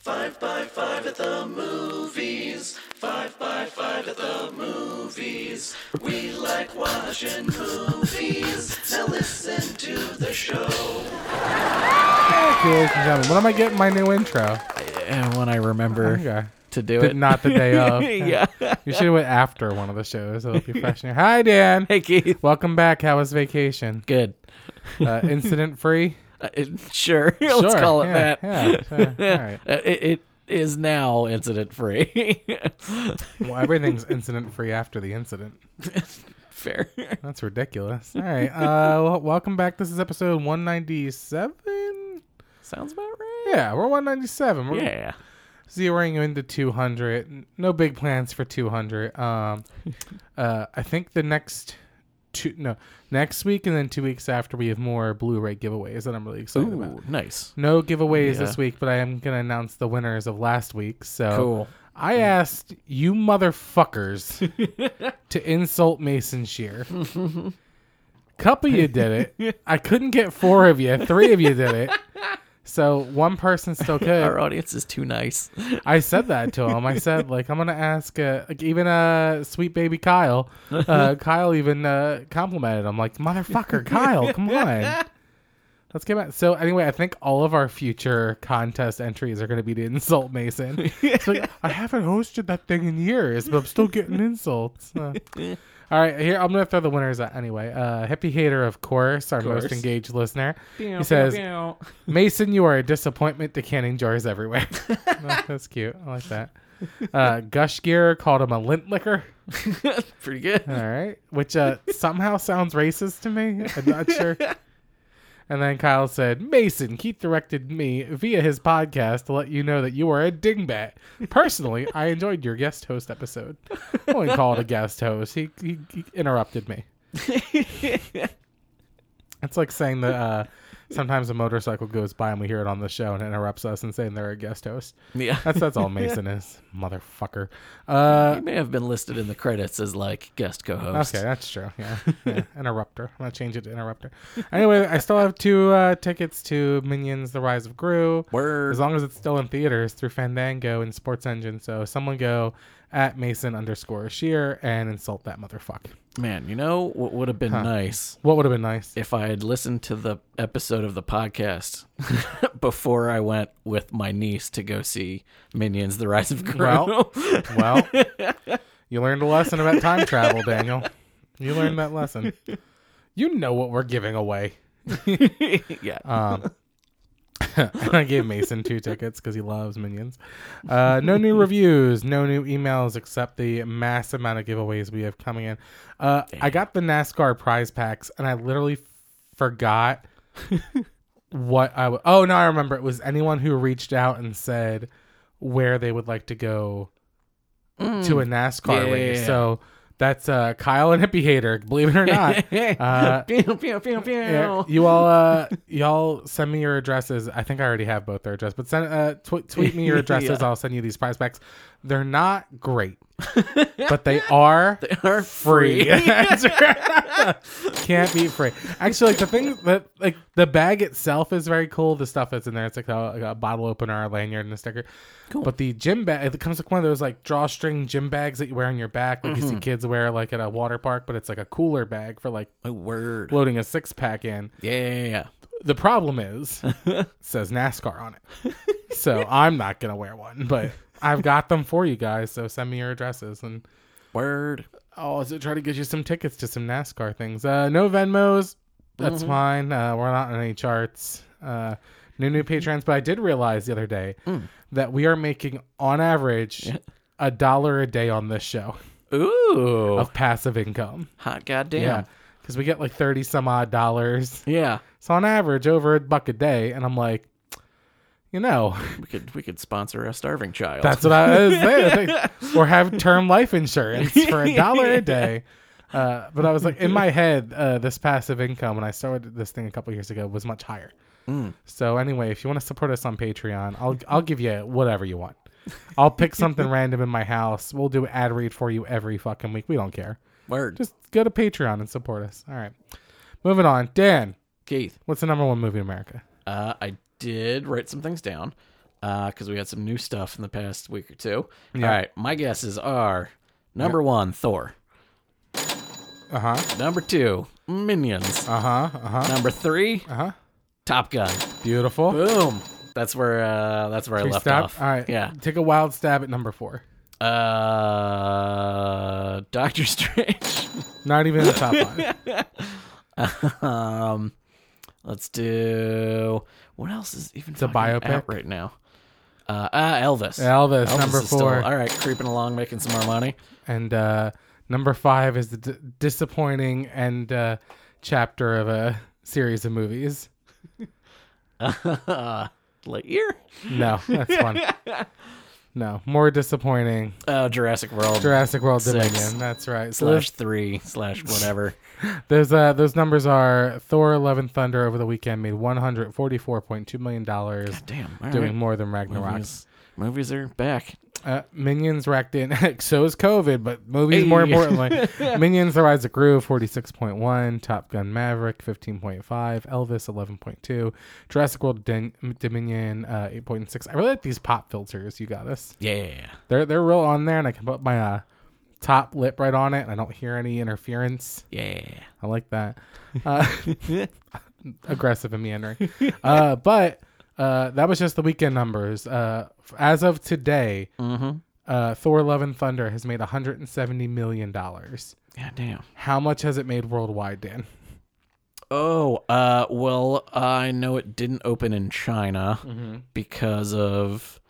Five by five at the movies. Five by five at the movies. We like watching movies. Now listen to the show. Thank you, ladies and gentlemen. When am I getting my new intro? And when I remember Okay. to do But it. not the day of. yeah. You should have went after one of the shows. It'll be fresh. in your- Hi, Dan. Hey, Keith. Welcome back. How was vacation? Good. Uh, incident free? Uh, sure. Let's Sure, call it yeah, that. yeah, sure. All right. Uh, it, it is now incident free. Well, everything's incident free after the incident. Fair. That's ridiculous. All right. Uh, well, welcome back. This is episode 197. Sounds about right. Yeah, we're 197. We're Yeah. zeroing into 200. N- No big plans for 200. Um, uh, I think the next two, no, next week and then two weeks after we have more Blu-ray giveaways that I'm really excited about. Ooh, nice. No giveaways Yeah. this week, but I am gonna announce the winners of last week. So Cool. Mm. I asked you motherfuckers to insult Mason Shear. Couple you did it. I couldn't get four of you. Three of you did it. So one person still could. Our audience is too nice. I said that to him. I said like I'm gonna ask uh, like even uh sweet baby Kyle. Uh, Kyle even uh, complimented him like motherfucker Kyle, come on. Let's get back. So anyway, I think all of our future contest entries are going to be to insult Mason. It's like, I haven't hosted that thing in years, but I'm still getting insults. Uh, all right, here I'm going to throw the winners out anyway. Uh, Hippie Hater, of course, our most course. engaged listener. He says, Mason, you are a disappointment to canning jars everywhere. Oh, that's cute. I like that. Uh, Gush Gear called him a lint licker. Pretty good. All right. Which uh, somehow sounds racist to me. I'm not sure. And then Kyle said, Mason, Keith directed me via his podcast to let you know that you are a dingbat. Personally, I enjoyed your guest host episode. I wouldn't call it a guest host. He, he, he interrupted me. It's like saying that uh, sometimes a motorcycle goes by and we hear it on the show and it interrupts us and saying they're a guest host. yeah. That's that's all Mason is, motherfucker. Uh, He may have been listed in the credits as like guest co-host. okay, that's true. Yeah, yeah. interrupter. I'm gonna change it to interrupter. Anyway, I still have two uh, tickets to Minions: The Rise of Gru. Word. As long as it's still in theaters through Fandango and Sports Engine, so someone go at Mason underscore Sheer and insult that motherfucker. Man, you know what would have been nice What would have been nice? if I had listened to the episode of the podcast before I went with my niece to go see Minions: The Rise of Gru. Well, Well, you learned a lesson about time travel, Daniel. You learned that lesson. You know what we're giving away. yeah. Um, and I gave Mason two tickets because he loves minions. Uh, no new reviews, no new emails except the mass amount of giveaways we have coming in. Uh, I got the NASCAR prize packs and I literally f- forgot what I w- Oh, no, I remember. It was anyone who reached out and said where they would like to go to a NASCAR Yeah. race. So that's uh, Kyle and Hippie Hater, believe it or not. Uh, pew, pew, pew, pew. yeah, you all, uh, y'all send me your addresses. I think I already have both their address, but send uh, tw- tweet me your addresses. I'll send you these prize packs. They're not great, but they are Are free. free. That's right. Can't be free. Actually, like the thing that like the bag itself is very cool. The stuff that's in there, it's like a, like a bottle opener, a lanyard, and a sticker. Cool. But the gym bag, it comes with one of those like drawstring gym bags that you wear on your back, like Mm-hmm. you see kids wear like at a water park. But it's like a cooler bag for like My word. loading a six pack in. Yeah. The problem is, it says NASCAR on it. So I'm not going to wear one, but I've got them for you guys. So send me your addresses and Word. I'll also try to get you some tickets to some NASCAR things. Uh, no Venmos. That's fine. Uh, we're not on any charts. Uh, no new patrons. But I did realize the other day that we are making, on average, a dollar a day on this show Ooh. of passive income. Hot goddamn. Because we get like 30 some odd dollars. Yeah. So on average, over a buck a day, and I'm like, you know, We could we could sponsor a starving child. that's what I was saying. Like, or have term life insurance for a dollar a day. Uh, but I was like, in my head, uh, this passive income when I started this thing a couple years ago was much higher. Mm. So anyway, if you want to support us on Patreon, I'll I'll give you whatever you want. I'll pick something random in my house. We'll do ad read for you every fucking week. We don't care. word. Just go to Patreon and support us. All right. Moving on. Dan, Keith. what's the number one movie in America? Uh, I did write some things down. because we had some new stuff in the past week or two. Yeah. All right, my guesses are number one, Thor. Uh huh. Number two, Minions. Uh huh. Uh huh. Number three, Uh-huh. Top Gun. Beautiful. Boom. That's where uh, that's where I Should we left stop? off. All right. Yeah. Take a wild stab at number four. Uh, Doctor Strange. Not even in the top five. um, let's do what else is even the biopic? right now? Uh, ah, Elvis. Elvis, Elvis number is still- four. all right, creeping along, making some more money. And uh, number five is the d- disappointing end uh, chapter of a series of movies. Lightyear. No, that's one. No, more disappointing. Oh, Jurassic World. Jurassic World Six. Dominion. That's right. So slash three slash whatever. Those uh, those numbers are Thor: Love and Thunder over the weekend made one hundred forty four point two million dollars, Damn. all doing right. more than Ragnarok. Movies, movies are back. Uh, Minions racked in. so is COVID, but movies more Hey. importantly. Minions: The Rise of Gru forty six point one, Top Gun: Maverick fifteen point five, Elvis eleven point two, Jurassic World Din- Dominion uh, eight point six. I really like these pop filters you got us. Yeah. They're they're real on there, and I can put my uh, top lip right on it, and I don't hear any interference. Yeah. I like that. Uh, aggressive and meandering. Uh, but uh, that was just the weekend numbers. Uh, f- as of today, Mm-hmm. uh, Thor: Love and Thunder has made 170 million dollars. Yeah. Damn. How much has it made worldwide, Dan? Oh, uh, well, I know it didn't open in China because of,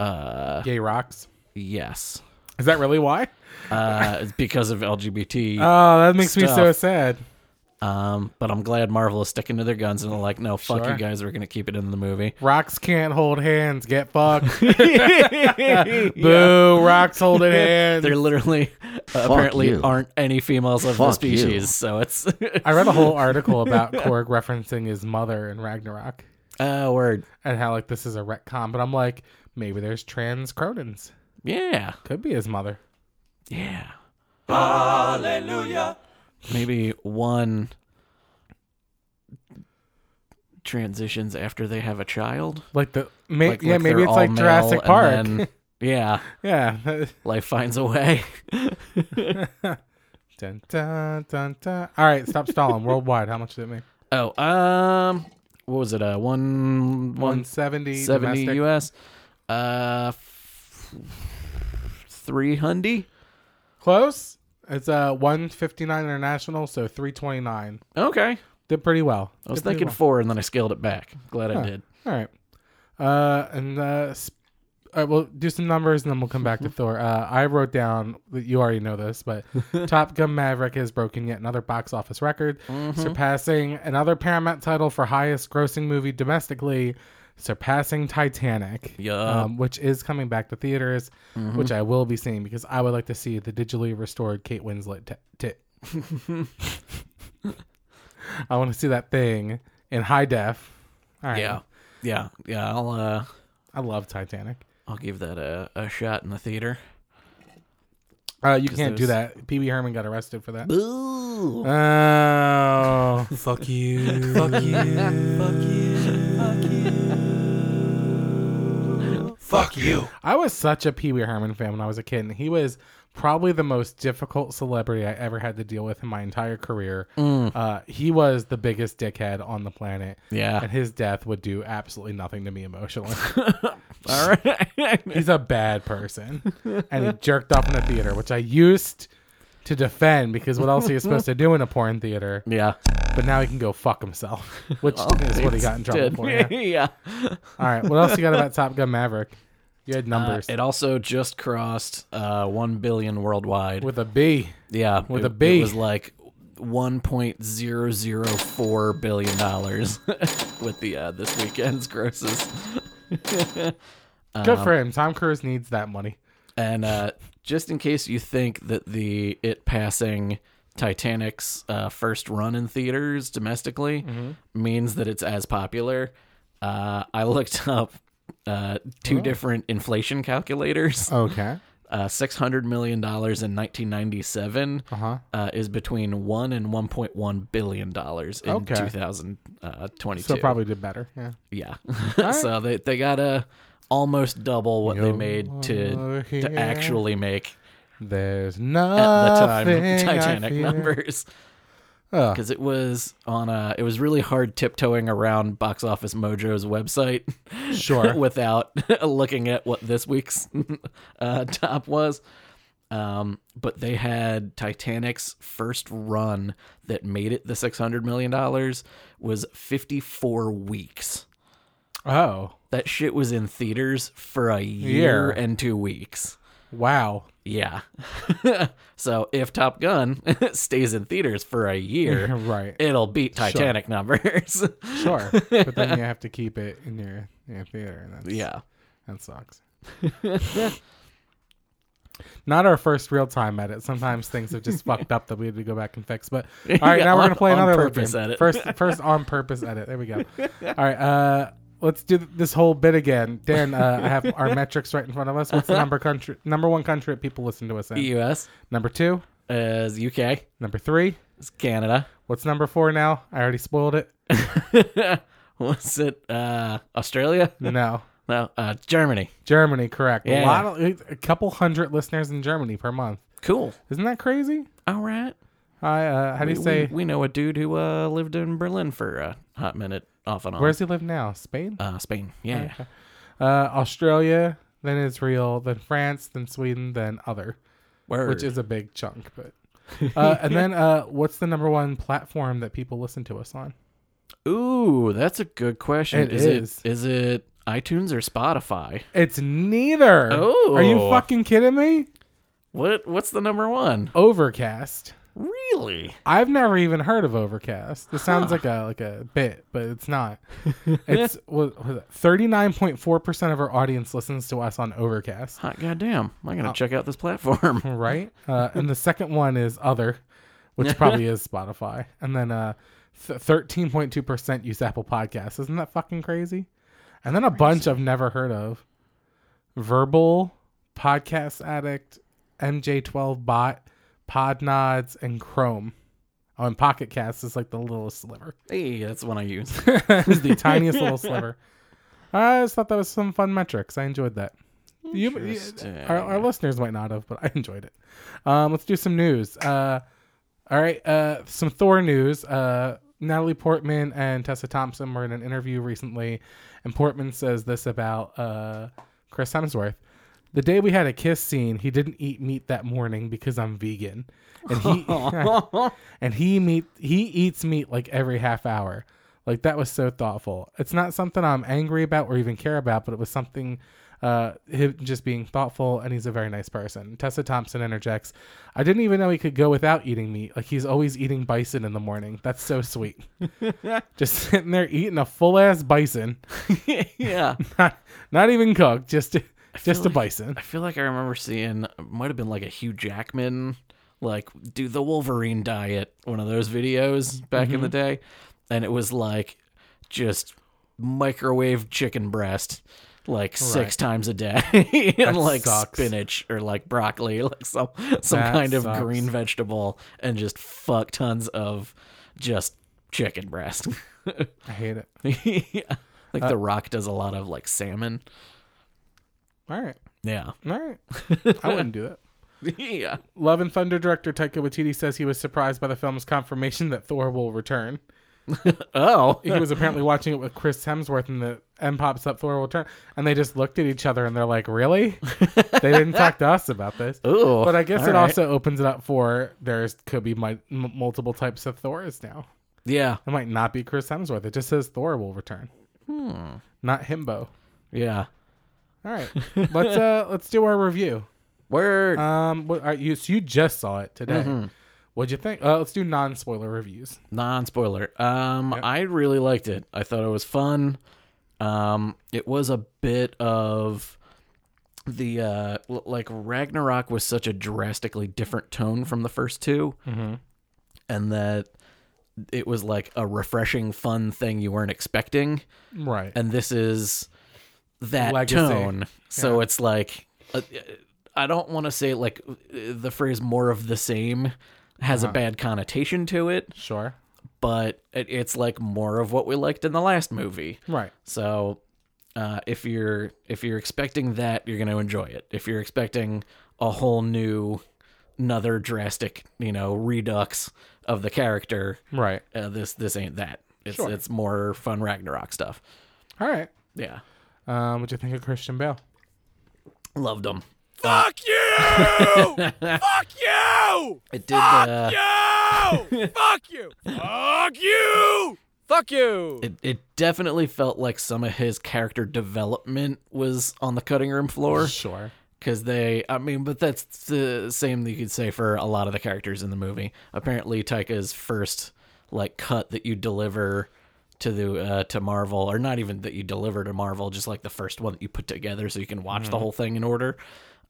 uh, Gay rocks. yes, Is that really why? uh, it's because of LGBT. Oh, that makes me so Stuff. sad. um, but I'm glad Marvel is sticking to their guns and they're like, no, fuck Sure. you guys, we're gonna keep it in the movie. Rocks can't hold hands. Get fucked. Boo! Rocks holding hands. There literally apparently you. aren't any females of the Fuck you. species, so it's I read a whole article about Korg referencing his mother in Ragnarok. uh word. and how like this is a retcon, but I'm like, maybe there's trans Cronins. Yeah, Could be his mother. yeah. Hallelujah. Maybe one transitions after they have a child. Like the ma- Like- yeah, like maybe they're it's all like male Jurassic and Park. then- yeah, yeah. life finds a way. dun, dun, dun, dun. All right, stop stalling. Worldwide, how much did it make? Oh, um, what was it? Uh, one one 170 seventy domestic. U.S. Uh, three hundy. Close. It's uh 159 international, so 329. Okay, Did pretty well. I was Did pretty thinking four, and then I scaled it back. Glad I did. All right. Uh, and uh, sp- all right, we'll do some numbers and then we'll come back to Thor. Uh, I wrote down that you already know this, but Top Gun Maverick has broken yet another box office record, Mm-hmm. surpassing another Paramount title for highest grossing movie domestically, surpassing Titanic, Yup. Mm-hmm. um, which is coming back to theaters, which I will be seeing because I would like to see the digitally restored Kate Winslet tit. tit. I want to see that thing in high def. All right. Yeah, yeah, yeah. I'll uh, I love Titanic. I'll give that a, a shot in the theater. Uh, you can't do there's- that. Pee Wee Herman got arrested for that. Ooh. Oh, fuck you, fuck you. Fuck you. I was such a Pee Wee Herman fan when I was a kid, and he was probably the most difficult celebrity I ever had to deal with in my entire career. Uh, he was the biggest dickhead on the planet, Yeah. and his death would do absolutely nothing to me emotionally. All right. He's a bad person, and he jerked off in a theater, which I used to defend because what else are you supposed to do in a porn theater? yeah. But now he can go fuck himself, which Oh, is what he got in trouble Did. for. yeah. yeah. All right, what else you got about Top Gun Maverick? You had numbers Uh, It also just crossed uh, 1 billion worldwide. with a B. yeah. with it, a B. It was like $1.004 billion dollars with the uh, this weekend's grosses. Good Um, for him. Tom Cruise needs that money. And uh, just in case you think that the it passing Titanic's uh, first run in theaters domestically Mm-hmm. means that it's as popular, uh, I looked up uh, two different inflation calculators. Okay. Uh, Six hundred million dollars in nineteen Uh-huh. uh, is between one and one point one billion dollars in uh, Okay. two thousand twenty two. So probably did better. Yeah. yeah. so they they got a almost double what they made to You're to here. actually make There's at Uh, the nothing. time Titanic numbers. Oh. Because it was on a, it was really hard tiptoeing around Box Office Mojo's website, Sure. without looking at what this week's uh, top was. Um, but they had Titanic's first run that made it the six hundred million dollars was fifty four weeks. Oh, That shit was in theaters for a year Year. and two weeks. wow. Yeah. so if Top Gun stays in theaters for a year, Right. it'll beat Titanic numbers. Sure. but then you have to keep it in your, in your theater. And that's, yeah. That sucks. Not our first real time at it. Sometimes things have just fucked up that we had to go back and fix. But all right, Yeah, now we're on- gonna play on another little purpose game. edit. First, first on purpose edit. There we go. All right, uh, let's do th- this whole bit again. Dan, uh, I have our metrics right in front of us. What's the number country? Number one country that people listen to us in. US Number two. is UK. Number three. It's Canada. What's number four now? I already spoiled it. Was it uh, Australia? No. No, uh, Germany. Germany, correct. Yeah. A, lot of, a couple hundred listeners in Germany per month. Cool. Isn't that crazy? All right. I, uh, how do you We- say? we, we know a dude who uh, lived in Berlin for a hot minute, off and on. Where does he live now? Spain? uh, Spain? Yeah. Uh, Australia, then Israel, then France, then Sweden, then other, Word. which is a big chunk. But uh, and then uh, what's the number one platform that people listen to us on? Ooh, that's a good question. It Is is. it is it iTunes or Spotify? It's neither. Oh. Are you fucking kidding me? What what's the number one? Overcast. Really? I've never even heard of Overcast. This sounds like a like a bit, but it's not. It's thirty nine point four percent of our audience listens to us on Overcast. Hot goddamn! I'm gonna check out this platform. right? Uh, and the second one is other, which probably is Spotify. And then uh, thirteen point two percent use Apple Podcasts. Isn't that fucking crazy? And then a bunch I've never heard of: Verbal, Podcast Addict, MJ12 Bot, Podnods, and Chrome. Oh, and Pocket Cast is like the littlest sliver. Hey, that's the one I use. it's the tiniest little sliver. I just thought that was some fun metrics. I enjoyed that. You, you- our, our listeners might not have, but I enjoyed it. Um, let's do some news. Uh, all right, uh, some Thor news. Uh, Natalie Portman and Tessa Thompson were in an interview recently, and Portman says this about uh, Chris Hemsworth. The day we had a kiss scene, he didn't eat meat that morning because I'm vegan, and he and he meat he eats meat like every half hour. Like that was so thoughtful. It's not something I'm angry about or even care about, but it was something uh him just being thoughtful and he's a very nice person. Tessa Thompson interjects, I didn't even know he could go without eating meat. Like he's always eating bison in the morning. That's so sweet. just sitting there eating a full ass bison. yeah. Not, not even cooked, just just a like- bison. I feel like I remember seeing might have been like a Hugh Jackman like do the Wolverine diet one of those videos back in the day, and it was like just microwave chicken breast like six times a day and like sucks. spinach or like broccoli like some some That kind of sucks. green vegetable and just fuck tons of just chicken breast I hate it. yeah. like Uh, the rock does a lot of like salmon All right. yeah All right. I wouldn't do that. yeah Love and Thunder director Taika Waititi says he was surprised by the film's confirmation that Thor will return. oh He was apparently watching it with Chris Hemsworth, and the M pops up Thor will return, and they just looked at each other and they're like, "Really?" they didn't talk to us about this. Ooh, But I guess all it right. also opens it up for there's could be my, m- multiple types of Thors now. yeah It might not be Chris Hemsworth. It just says Thor will return, not himbo. yeah All right, let's uh let's do our review. word Um, what are you? So you just saw it today. What'd you think? Uh, let's do non spoiler reviews. non spoiler um I really liked it I thought it was fun um it was a bit of the uh l- like Ragnarok was such a drastically different tone from the first two Mm-hmm. and that it was like a refreshing fun thing you weren't expecting Right. and this is that Legacy. tone. So it's like uh, I don't want to say like uh, the phrase "more of the same" has Uh-huh. a bad connotation to it, sure. but it, it's like more of what we liked in the last movie. Right. So Uh, if you're if you're expecting that, you're going to enjoy it. If you're expecting a whole new, another drastic, you know, redux of the character, Right. uh, this this ain't that. It's Sure. it's more fun Ragnarok stuff. All right. Yeah, Um, what'd you think of Christian Bale? loved them. Fuck you! Fuck you! It did. Uh, You! Fuck you! Fuck you! Fuck you! it, it definitely felt like some of his character development was on the cutting room floor Sure. because they i mean but that's the same that you could say for a lot of the characters in the movie apparently taika's first like cut that you deliver to the uh, to marvel or not even that you deliver to marvel just like the first one that you put together so you can watch the whole thing in order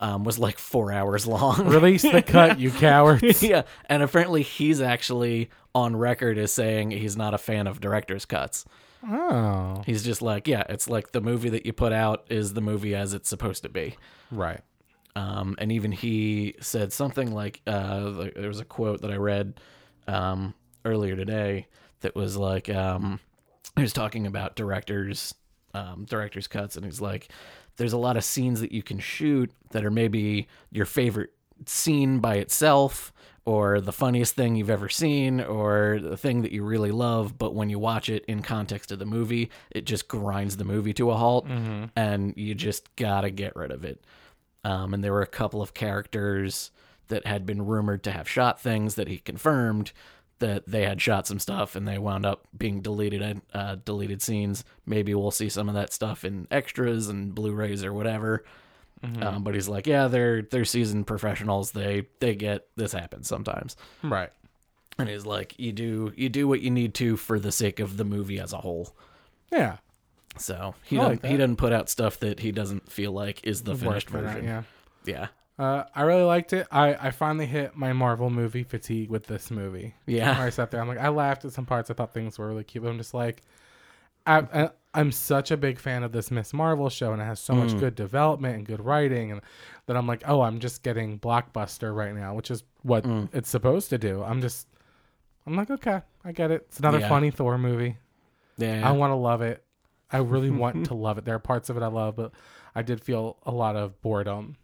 um, was like four hours long Release the cut, you cowards. yeah, and apparently he's actually on record as saying he's not a fan of director's cuts. Oh. He's just like, yeah, it's like the movie that you put out is the movie as it's supposed to be. Right. Um, and even he said something like, uh, like, there was a quote that I read um, earlier today that was like, um, he was talking about directors, um, directors cuts, and he's like, there's a lot of scenes that you can shoot that are maybe your favorite scene by itself, or the funniest thing you've ever seen, or the thing that you really love, but when you watch it in context of the movie, it just grinds the movie to a halt, and you just gotta get rid of it um, and there were a couple of characters that had been rumored to have shot things that he confirmed that they had shot some stuff and they wound up being deleted uh, deleted scenes. Maybe we'll see some of that stuff in extras and Blu-rays or whatever. Mm-hmm. Um, but he's like, yeah, they're they're seasoned professionals. They they get this happens sometimes. Right. And he's like, you do you do what you need to for the sake of the movie as a whole. Yeah. So he I like doesn't, he that. doesn't put out stuff that he doesn't feel like is the Worked finished for that, version. yeah. yeah. Uh, I really liked it. I, I finally hit my Marvel movie fatigue with this movie. Yeah. Where I sat there, I'm like, I laughed at some parts. I thought things were really cute, but I'm just like, I, I, I'm such a big fan of this Miss Marvel show, and it has so much Mm. good development and good writing, and that I'm like, oh, I'm just getting blockbuster right now, which is what Mm. it's supposed to do. I'm just, I'm like, okay, I get it. It's another Yeah. funny Thor movie. Yeah. I want to love it. I really want to love it. There are parts of it I love, but I did feel a lot of boredom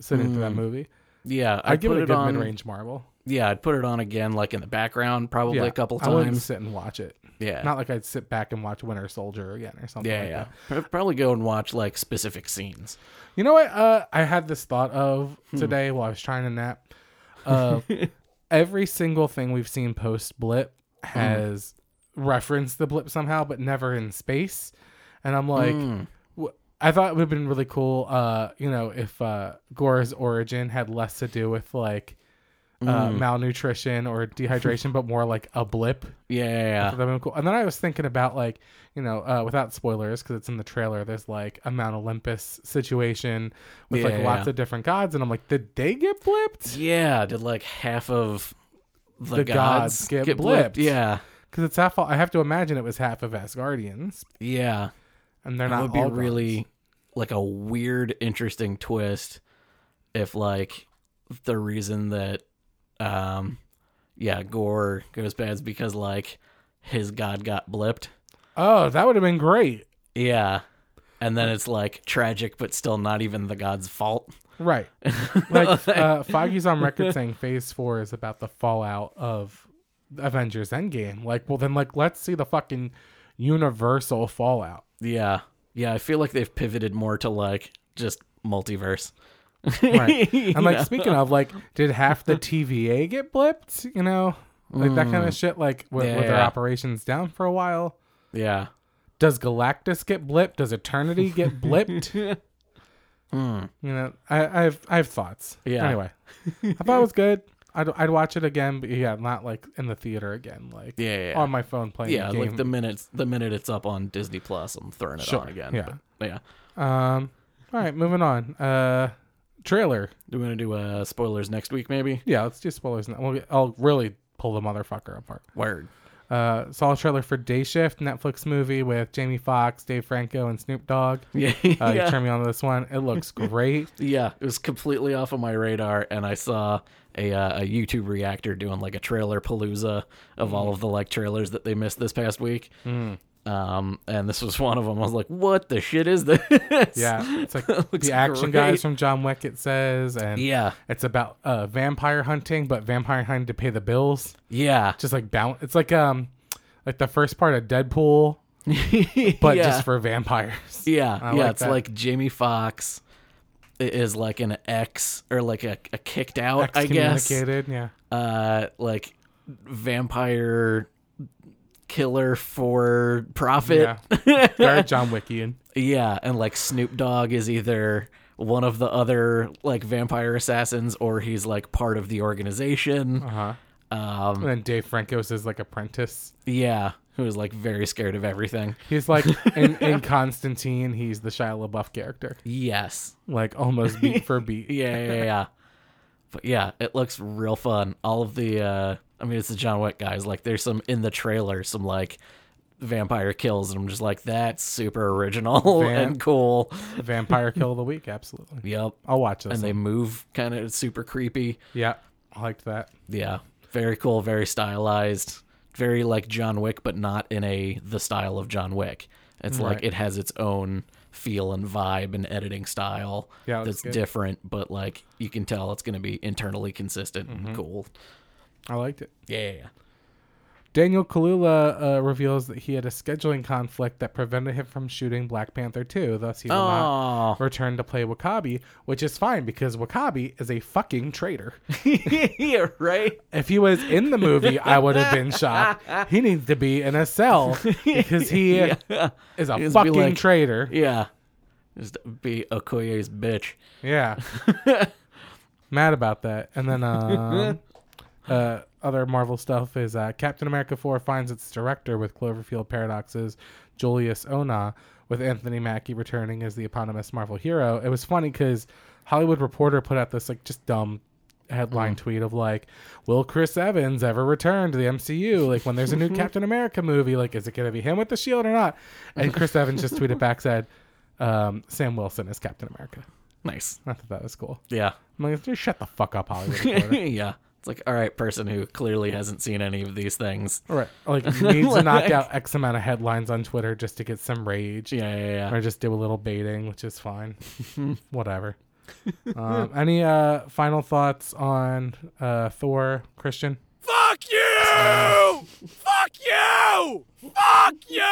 sitting through that Mm. movie. Yeah, I I'd give put it a it, good on. mid-range Marvel. Yeah, I'd put it on again, like in the background, probably a couple I wouldn't times. sit and watch it. Yeah, Not like I'd sit back and watch Winter Soldier again or something. yeah, like yeah. That. Pro- Probably go and watch like specific scenes. You know what? Uh, I had this thought of Hmm. today while I was trying to nap. Of every single thing we've seen post Blip Hmm. has referenced the Blip somehow, but never in space. And I'm like, Hmm. w- I thought it would have been really cool. Uh, you know, if uh, Gora's origin had less to do with like uh, Hmm. malnutrition or dehydration, but more like a blip. Yeah, yeah, So yeah. that'd been cool. And then I was thinking about like, you know, uh, without spoilers because it's in the trailer. There's like a Mount Olympus situation with Yeah, like yeah, lots yeah. of different gods, and I'm like, did they get blipped? Yeah, did like half of the, The gods, gods get blipped. Yeah, Because it's half. I have to imagine it was half of Asgardians, yeah. and they're That not would be all really like a weird, interesting twist if like the reason that um yeah Gore goes bad is because like his god got blipped. gods. Oh, that would have been great. Yeah. And then it's like tragic, but still not even the god's fault. Right. Like uh, Foggy's on record saying Phase Four is about the fallout of Avengers Endgame. Like, well, then like let's see the fucking universal fallout. Yeah. Yeah. I feel like they've pivoted more to like just multiverse. right. And like speaking of, like, did half the TVA get blipped? You know, like that kind of shit. Like, were, were their Mm. Yeah. operations down for a while? Yeah. Does Galactus get blipped? Does Eternity get blipped? You know, I, I have I have thoughts. Hmm. Yeah. Anyway, I thought it was good. I'd, I'd watch it again, but yeah, not like in the theater again. Like Yeah, yeah, yeah. on my phone playing. Yeah. the game. Like the minutes, the minute it's up on Disney Plus, I'm throwing it Sure, on again. yeah. But, yeah. Um. All right, moving on. Uh, trailer. Do we want to do uh, spoilers next week, maybe? Yeah, let's do spoilers now. We'll, I'll really pull the motherfucker apart. Word. Uh, saw a trailer for Day Shift, Netflix movie with Jamie Foxx, Dave Franco, and Snoop Dogg. Yeah. Uh, You yeah. turned me on to this one. It looks great. yeah. It was completely off of my radar. And I saw a, uh, a YouTube Mm. reactor doing like a trailer palooza of all of the like trailers that they missed this past week. Um, and this was one of them. I was like, "What the shit is this?" Yeah, it's like Looks the action great. guys from John Wick. It says, and yeah, it's about uh, vampire hunting, but vampire hunting to pay the bills. yeah, Just like bounce. It's like um, like the first part of Deadpool, but yeah. just for vampires. Yeah, I yeah. like it's that. like Jamie Fox is like an ex or like a, a kicked out, I guess. Excommunicated. Yeah. Uh, like vampire killer for profit. Yeah. Very John Wickian. and like Snoop Dogg is either one of the other like vampire assassins or he's like part of the organization. Uh huh. Um, And then Dave Franco's is like apprentice. yeah, who is like very scared of everything. He's like in, in Constantine. He's the Shia LaBeouf character, Yes. like almost beat for beat. Yeah, yeah, yeah, yeah. But yeah, it looks real fun. All of the uh I mean it's the John Wick guys. Like there's some in the trailer, some like vampire kills, and I'm just like, that's super original Vamp. and cool. Vampire kill of the week. Absolutely. Yep. I'll watch this. And they move kind of super creepy. yeah, I liked that. Yeah. Very cool, very stylized. Very like John Wick, but not in a the style of John Wick. It's like Right. it has its own feel and vibe and editing style Yeah, it looks that's good. different, but like you can tell it's going to be internally consistent Mm-hmm. and cool. I liked it. Yeah. Daniel Kalula uh, reveals that he had a scheduling conflict that prevented him from shooting Black Panther 2, thus he will not Oh. return to play Wakabi, which is fine because Wakabi is a fucking traitor. yeah, right? if he was in the movie, I would have been shocked. He needs to be in a cell because he Yeah. is a He'd be fucking like- traitor. Yeah. Just be Okoye's bitch. Yeah. Mad about that. And then um, uh, other Marvel stuff is uh, Captain America 4 finds its director with Cloverfield Paradoxes, Julius Ona, with Anthony Mackie returning as the eponymous Marvel hero. It was funny because Hollywood Reporter put out this like just dumb headline tweet of like will chris evans ever return to the mcu like when there's a new captain america movie like is it gonna be him with the shield or not and chris evans just tweeted back said um, sam wilson is captain america Nice. I thought that was cool. Yeah. I'm like, just shut the fuck up, Hollywood. Reporter. yeah. It's like, all right, person who clearly hasn't seen any of these things. All right, like needs to knock Like- out X amount of headlines on Twitter just to get some rage, Yeah, yeah, yeah. or just do a little baiting, which is fine. Whatever. Um, any uh, final thoughts on uh, Thor, Christian? Fuck you! Fuck you! Fuck you!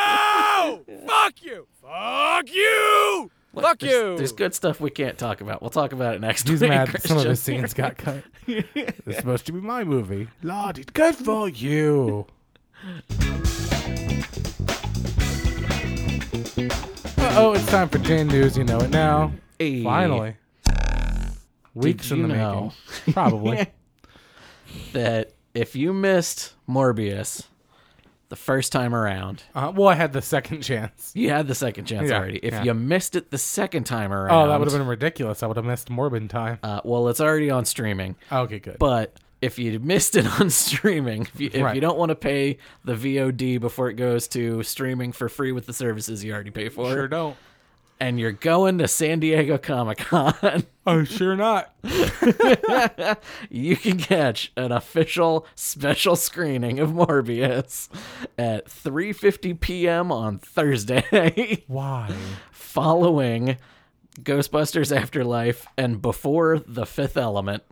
Fuck you! Fuck you! Look, Fuck there's- you! There's good stuff we can't talk about. We'll talk about it next He's week. mad that some of Christian. his scenes got cut. it's supposed to be my movie. Lord, it's good for you. Uh-oh, it's time for Dan News. You know it now. Hey. Finally. Weeks Did in the you know? making. Probably. that if you missed Morbius the first time around, uh, well, I had the second chance. you had the second chance Yeah, already. If yeah. you missed it the second time around, Oh, that would have been ridiculous. I would have missed Morbin time. Uh, well, it's already on streaming. Okay, good. But if you missed it on streaming, if you, if Right. you don't want to pay the VOD before it goes to streaming for free with the services you already pay for, sure don't. and you're going to San Diego Comic Con, Oh, sure not. you can catch an official special screening of Morbius at 3:50 p.m. on Thursday. Why? following Ghostbusters Afterlife and before The Fifth Element.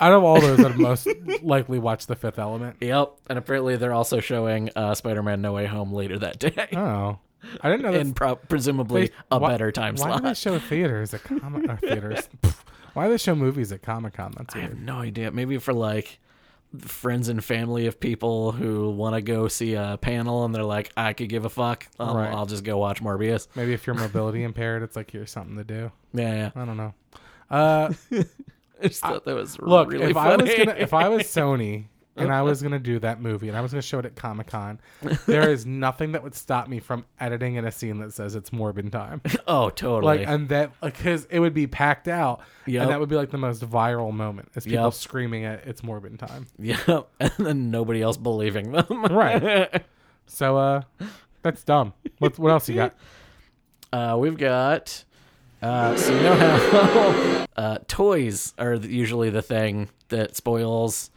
Out of all those, I'd most likely watch The Fifth Element. Yep, and apparently they're also showing uh, Spider-Man: No Way Home later that day, Oh, I didn't know that. in pro- presumably a Why- better time why slot. do they show theaters at comic or theaters? Pff, why do they show movies at Comic Con? That's I weird. have no idea. Maybe for like friends and family of people who want to go see a panel and they're like, I could give a fuck. I'll, Right. I'll just go watch Morbius. Maybe if you're mobility impaired, it's like here's something to do. Yeah, yeah. I don't know. Uh, I just thought that was look, really if funny. I was gonna, if I was Sony and I was gonna do that movie and I was gonna show it at Comic Con, there is nothing that would stop me from editing in a scene that says it's Morbin time. oh, totally. Like and that because it would be packed out, Yep. and that would be like the most viral moment is people Yep. screaming at it's Morbin time. yeah, and then nobody else believing them. Right. So uh, that's dumb. What what else you got? Uh, we've got. Uh, so you know how uh, toys are th- usually the thing that spoils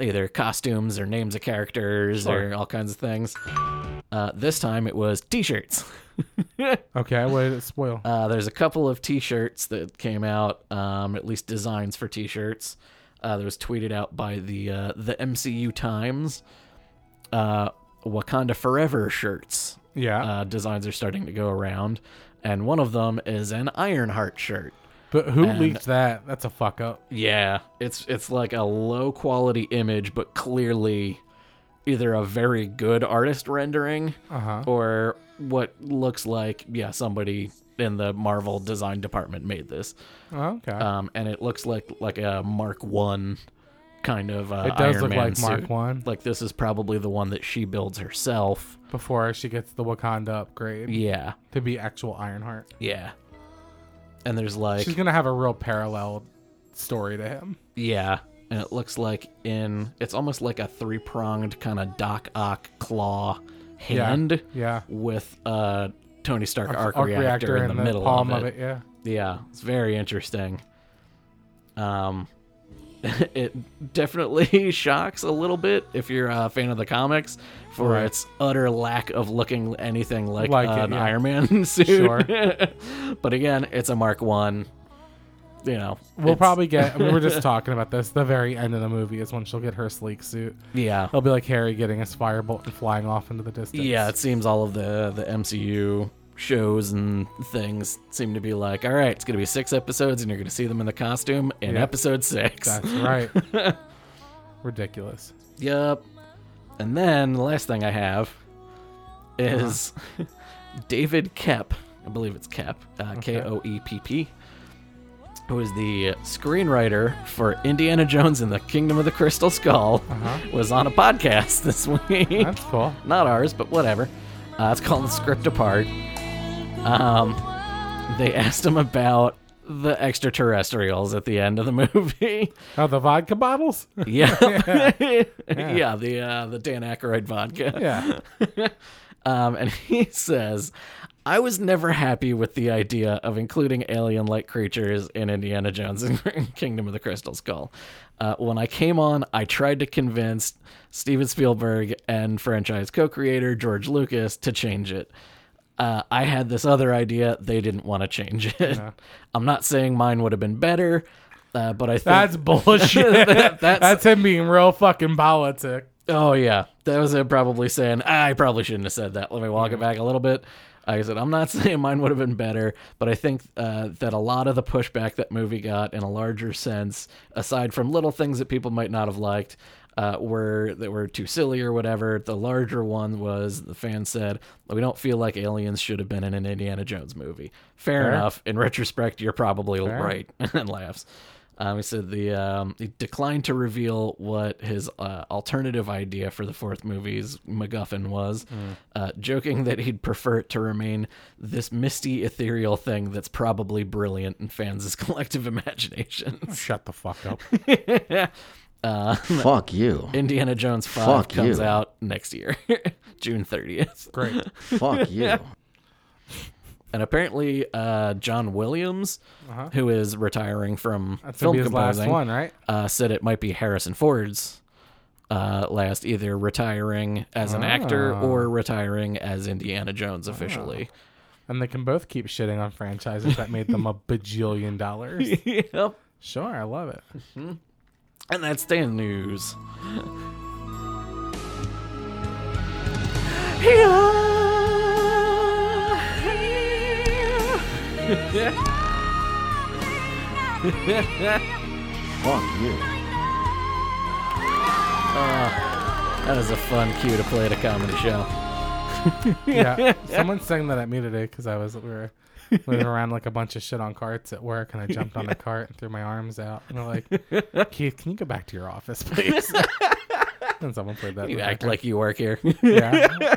either costumes or names of characters or all kinds of things. Uh, this time it was T-shirts. Okay, what did it spoil? Uh, there's a couple of T-shirts that came out, um, at least designs for T-shirts. Uh, that was tweeted out by the uh, the MCU Times. Uh, Wakanda Forever shirts yeah, uh, designs are starting to go around, and one of them is an Ironheart shirt. but who and- leaked that? That's a fuck up. Yeah, it's it's like a low quality image, but clearly either a very good artist rendering Uh-huh. or what looks like yeah somebody in the Marvel design department made this, Okay, um, and it looks like like a Mark One kind of uh, it does Iron look Man like Mark suit. One Like this is probably the one that she builds herself. before she gets the Wakanda upgrade Yeah, to be actual Ironheart. yeah. And there's like She's gonna have a real parallel story to him. Yeah, and it looks like in it's almost like a three pronged kind of Doc Ock claw Yeah. hand Yeah. with a Tony Stark arc, Arc reactor, in the, middle palm of, it. Yeah. Yeah, it's very interesting. Um, it definitely shocks a little bit if you're a fan of the comics for Right. its utter lack of looking anything like, Like uh, it, an yeah. Iron Man suit. Sure. but again, it's a Mark One. You know, We'll it's- probably get. We were just talking about this. The very end of the movie is when she'll get her sleek suit. yeah. It'll be like Harry getting his firebolt and flying off into the distance. Yeah, it seems all of the the MCU shows and things seem to be like, all right, it's gonna be six episodes, and you're gonna see them in the costume in Yeah. episode six. that's right. Ridiculous. Yep. And then the last thing I have is David Kep. I believe it's Kep. Uh, K O E P P. Who is the screenwriter for Indiana Jones and the Kingdom of the Crystal Skull? Was on a podcast this week That's cool. not ours, but whatever. Uh, it's called the script apart. Um, they asked him about the extraterrestrials at the end of the movie. Oh, the vodka bottles. yeah. yeah, the uh, the Dan Aykroyd vodka. yeah. Um, and he says, I was never happy with the idea of including alien like creatures in Indiana Jones and Kingdom of the Crystal Skull. Uh, when I came on, I tried to convince Steven Spielberg and franchise co creator George Lucas to change it. Uh, I had this other idea. They didn't want to change it. Uh-huh. I'm not saying mine would have been better, uh, but I think That's bullshit. That- that's- that's, him being real fucking politic. Oh yeah, that was uh, probably saying I probably shouldn't have said that. Let me walk it back a little bit. Like I said I'm not saying mine would have been better, but I think uh, that a lot of the pushback that movie got, in a larger sense, aside from little things that people might not have liked, uh, were that were too silly or whatever. The larger one was the fans said we don't feel like aliens should have been in an Indiana Jones movie. Fair, Fair. enough. In retrospect, you're probably right. and laughs. Um, he said the um, he declined to reveal what his uh, alternative idea for the fourth movie's MacGuffin was, Hmm. uh, joking that he'd prefer it to remain this misty, ethereal thing that's probably brilliant in fans' collective imaginations. Uh, Shut the fuck up. Hmm. Fuck you. Indiana Jones Five Fuck comes you. out next year, June thirtieth. Great. Fuck you. And apparently, uh, John Williams, who is retiring from Uh-huh. That's gonna film be his last composing, one, right? uh, said it might be Harrison Ford's uh, last, either retiring as an actor or retiring as Indiana Jones officially. And they can both keep shitting on franchises that made them a bajillion dollars. yep. Sure, I love it. And that's Dan News. Fuck you. That is a fun cue to play at a comedy show. yeah. Someone sang that at me today because I was we were moving around like a bunch of shit on carts at work, and I jumped on a cart and threw my arms out, and they're like, "Keith, can you go back to your office, please?" and someone played that. in You the act background. like you work here. yeah.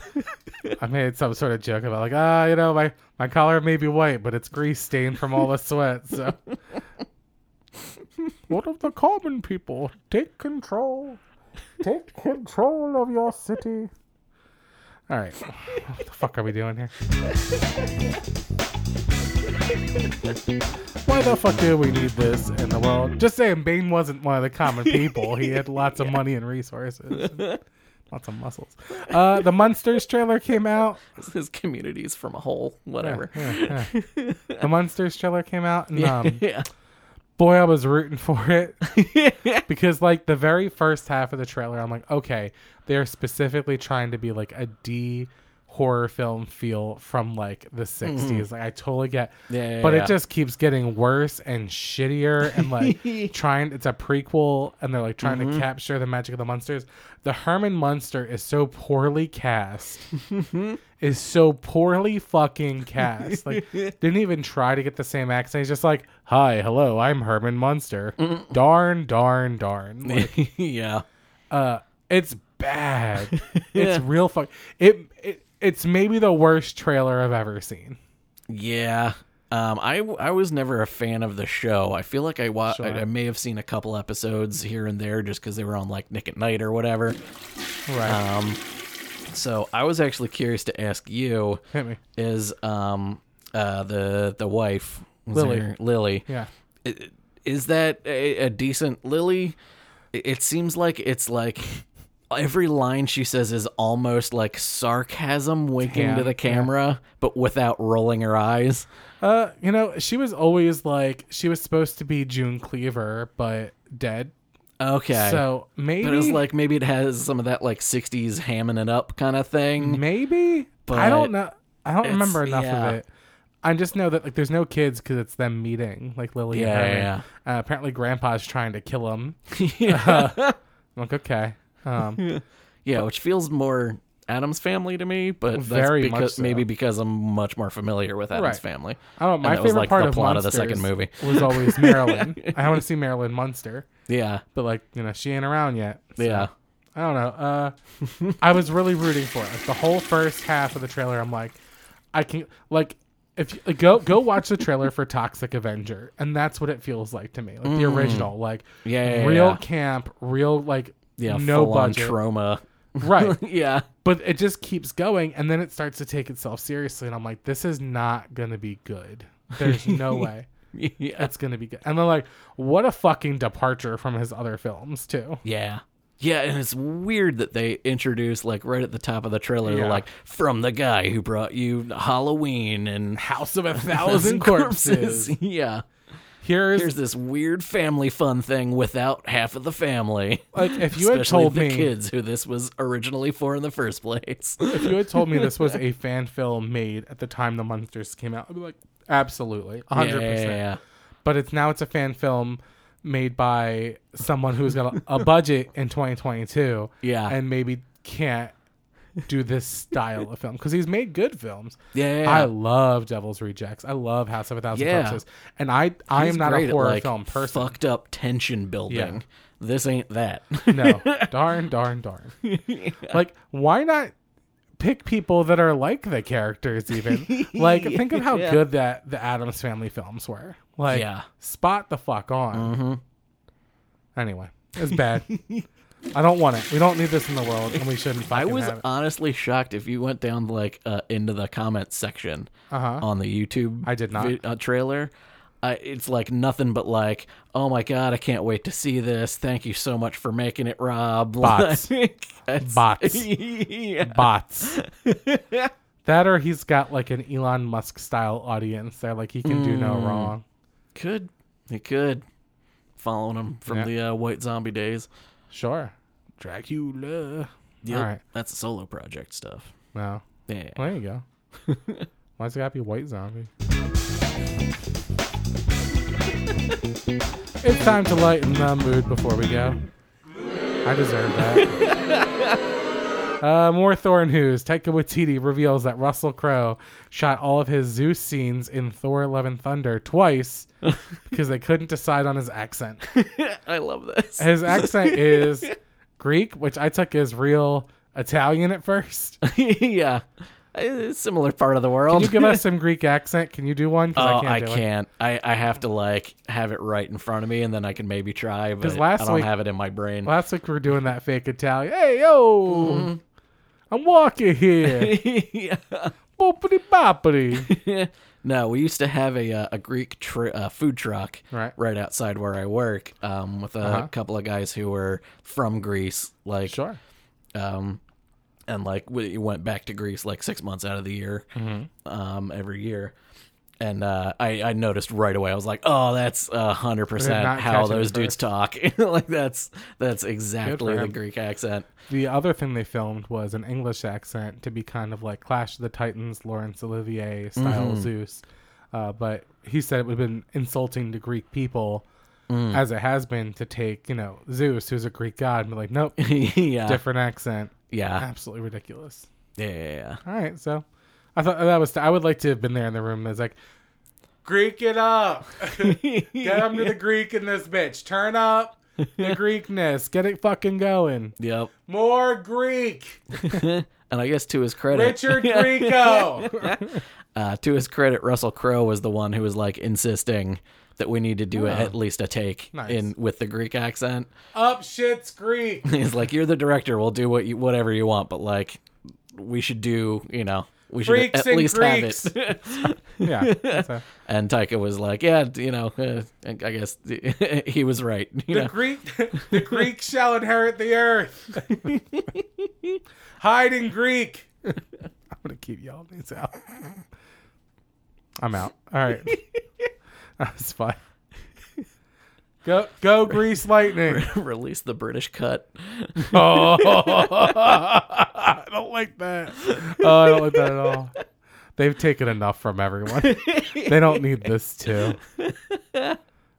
I made some sort of joke about like, ah, you know, my my collar may be white, but it's grease stained from all the sweat. So, what of the common people? Take control. Take control of your city. All right, what the fuck are we doing here? Why the fuck do we need this in the world? Just saying, Bane wasn't one of the common people. He had lots of money and resources. Lots of muscles. Uh, the Munsters trailer came out. His communities from a hole, whatever. Yeah, yeah. The Munsters trailer came out, and um, yeah. boy, I was rooting for it because, like, the very first half of the trailer, I'm like, okay, they're specifically trying to be like a D horror film feel from like the 60s. Like, I totally get, Mm-hmm. Yeah, yeah, but yeah. it just keeps getting worse and shittier, and like trying. It's a prequel, and they're like trying Mm-hmm. to capture the magic of the Munsters. The Herman Munster is so poorly cast is so poorly fucking cast. Like, didn't even try to get the same accent. He's just like, "Hi, hello, I'm Herman Munster." Darn, darn, darn. Like, yeah. uh, it's bad. It's real fuck. It, it it's maybe the worst trailer I've ever seen. Yeah. Um, I I was never a fan of the show. I feel like I wa- I, I may have seen a couple episodes here and there just because they were on like Nick at Night or whatever. Right? Um, so I was actually curious to ask you: Hit me. is um uh the the wife was Lily. her- Lily Yeah. i- i- is that a, a decent Lily? I- It seems like it's like every line she says is almost like sarcasm winking Yeah, to yeah. the camera, but without rolling her eyes. Uh, you know, she was always like she was supposed to be June Cleaver, but dead. Okay. So maybe but it's like maybe it has some of that like 60s hamming it up kind of thing. maybe But i don't know i don't it's- remember enough yeah. of it i just know that like there's no kids because it's them meeting like lily Yeah, and Herman. yeah, Uh, apparently grandpa's trying to kill him i'm like okay um, Yeah, which feels more Adam's family to me, but that's Very much because so. maybe because I'm much more familiar with Adam's Right. family. i don't know And my that was favorite like part the of plot of the second Monsters movie. was always marilyn i want to see marilyn munster Yeah. but like you know she ain't around yet So, Yeah. i don't know uh, i was really rooting for it like, the whole first half of the trailer i'm like i can like if you, like, go go watch the trailer for toxic avenger and that's what it feels like to me like the original like Mm. Yeah, yeah, real yeah. camp real like Yeah, no full on budget trauma. right yeah. but it just keeps going and then it starts to take itself seriously and i'm like this is not gonna be good there's no way yeah. it's gonna be good and then like what a fucking departure from his other films too Yeah. Yeah, and it's weird that they introduce like right at the top of the trailer, they're Yeah. like from the guy who brought you Halloween and house of a thousand corpses yeah. here's, Here's this weird family fun thing without half of the family. like if you had Especially told the me kids who this was originally for in the first place. if you had told me this was a fan film made at the time the monsters came out i'd be like absolutely 100% Yeah. but it's now it's a fan film made by someone who's got a, a budget in 2022 Yeah. and maybe can't do this style of film because he's made good films Yeah. i love devil's rejects i love house of a thousand Yeah. corpses and i i He's am not a great at, horror like, film person Fucked up tension building. Yeah. This ain't that. no darn darn darn like why not pick people that are like the characters even like think of how Yeah. good that the adams family films were like Yeah. Mm-hmm. spot the fuck on anyway it's bad i don't want it we don't need this in the world and we shouldn't I fucking was have it. honestly shocked if you went down like uh, into the comments section uh-huh on the YouTube. I did not. uh, trailer. I, it's like nothing but like, oh my god, I can't wait to see this. Thank you so much for making it, Rob. Bots. Like, it's- Bots. yeah. bots that or he's got like an elon musk style audience there like he can do no Hmm. wrong Could it could following him from Yeah. the uh, White Zombie days. sure dracula Yep. all right That's solo project stuff. no Yeah. Well, there you go. Why's it gotta be white zombie? it's time to lighten the mood before we go. I deserve that. Uh, more Thor news. Taika Waititi reveals that Russell Crowe shot all of his Zeus scenes in Thor: Love and Thunder twice because they couldn't decide on his accent. I love this. His accent is Greek, which I took as real Italian at first. yeah. It's a similar part of the Can world. you give us some Greek accent? Can you do one? 'Cause Oh, I do it. can't. I, I have to like have it right in front of me, and then I can maybe try. But 'Cause last I don't week- have it in my brain. Last week we were doing that fake Italian. Hey yo, Mm-hmm. I'm walking here. Yeah. Boppity boppity. no, we used to have a uh, a Greek tr- uh, food truck Right. outside where I work, um, with a Uh-huh. couple of guys who were from Greece. Like, Sure. Um, and like we went back to Greece like six months out of the year, Mm-hmm. um, every year. And uh, I, I noticed right away. I was like, "Oh, that's hundred They're percent not how catching those it dudes first. talk. like that's that's exactly the him. Greek accent. The other thing they filmed was an English accent to be kind of like Clash of the Titans, Laurence Olivier style Mm-hmm. Zeus. Uh, but he said it would have been insulting to Greek people, Mm. as it has been to take, you know, Zeus, who's a Greek god, and be like, nope, yeah. different accent. yeah, Absolutely ridiculous. yeah, yeah, yeah. All right, so I thought that was, I would like to have been there in the room that's like, Greek it up. Get them to the Greek in this bitch. Turn up the Greekness. Get it fucking going. Yep. More Greek. And I guess to his credit, Richard Grieco. uh, to his credit, Russell Crowe was the one who was like insisting that we need to do at least a take Uh-huh. Nice. in with the Greek accent. Up shit's Greek. He's like, "You're the director. We'll do what you, whatever you want, but like, we should do, you know, we should Freaks at and least Greeks. have it." Yeah. so And Taika was like, "Yeah, d- you know, uh, I guess he was right." You the know? Greek the Greek shall inherit the earth. Hide in Greek. I'm gonna keep y'all these out. I'm out. All right. That's fine. Go go Grease Lightning. Release the British cut. Oh, I don't like that. Oh, I don't like that at all. They've taken enough from everyone. they don't need this too.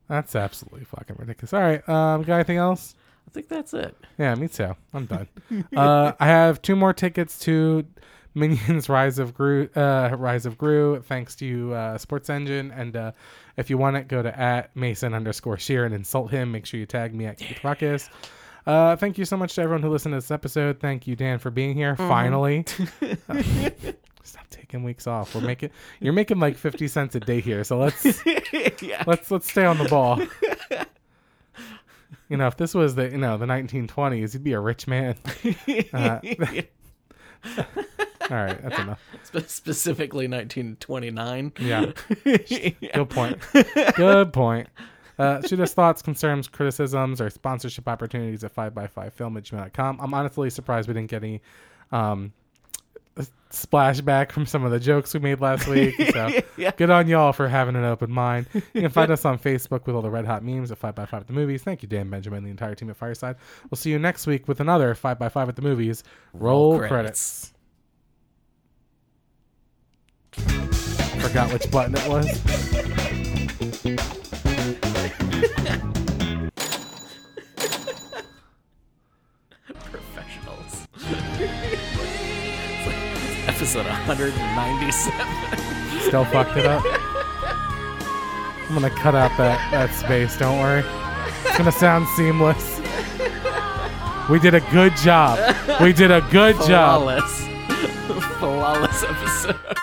That's absolutely fucking ridiculous. All right, um, got anything else? I think that's it. Yeah, me too. I'm done. uh, I have two more tickets to Minions Rise of Gru. Uh, Rise of Gru. Thanks to uh, Sports Engine, and uh, if you want it, go to at Mason underscore Sheer and insult him. Make sure you tag me at Keith Ruckus. Uh, thank you so much to everyone who listened to this episode. Thank you, Dan, for being here. Finally, stop taking weeks off. We're making you're making like fifty cents a day here, so let's yeah. let's let's stay on the ball. you know, if this was the you know the 1920s, you'd be a rich man. Uh, all right, that's enough. Spe- specifically 1929. Yeah, Yeah. good point. Good point. Uh, shoot us thoughts, concerns, criticisms, or sponsorship opportunities at 5x5film at gmail.com. I'm honestly surprised we didn't get any um, splashback from some of the jokes we made last week. So Yeah. good on y'all for having an open mind. You can find us on Facebook with all the red hot memes at 5x5 at the movies. Thank you, Dan Benjamin, the entire team at Fireside. We'll see you next week with another 5x5 at the movies. Roll, credits. Forgot which button it was. Professionals. It's like episode 197. Still fucked it up. I'm gonna cut out that, that space, don't worry. It's gonna sound seamless. We did a good job. We did a good job. Flawless. Flawless episode.